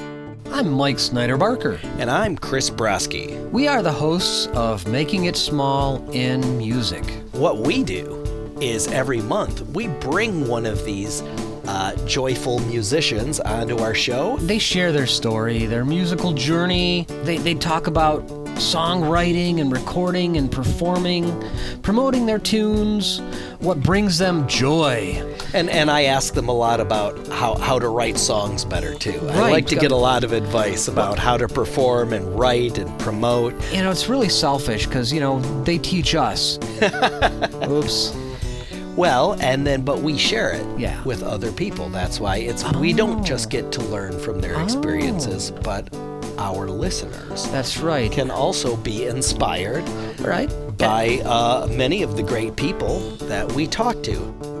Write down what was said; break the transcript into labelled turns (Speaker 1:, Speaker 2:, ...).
Speaker 1: I'm Mike Snyder Barker.
Speaker 2: And I'm Chris Brosky.
Speaker 1: We are the hosts of Making It Small in Music.
Speaker 2: What we do is every month we bring one of these uh, joyful musicians onto our show.
Speaker 1: They share their story, their musical journey. They, they talk about songwriting and recording and performing, promoting their tunes, what brings them joy.
Speaker 2: And, and I ask them a lot about how, how to write songs better too. I
Speaker 1: Right.
Speaker 2: like to get a lot of advice about how to perform and write and promote.
Speaker 1: You know, it's really selfish because, you know, they teach us. Oops.
Speaker 2: Well, and then but we share it
Speaker 1: Yeah. Oh.
Speaker 2: with other people. That's why it's we don't just get to learn from their experiences, but our listeners
Speaker 1: That's right.
Speaker 2: can also be inspired
Speaker 1: right?
Speaker 2: by uh, many of the great people that we talk to.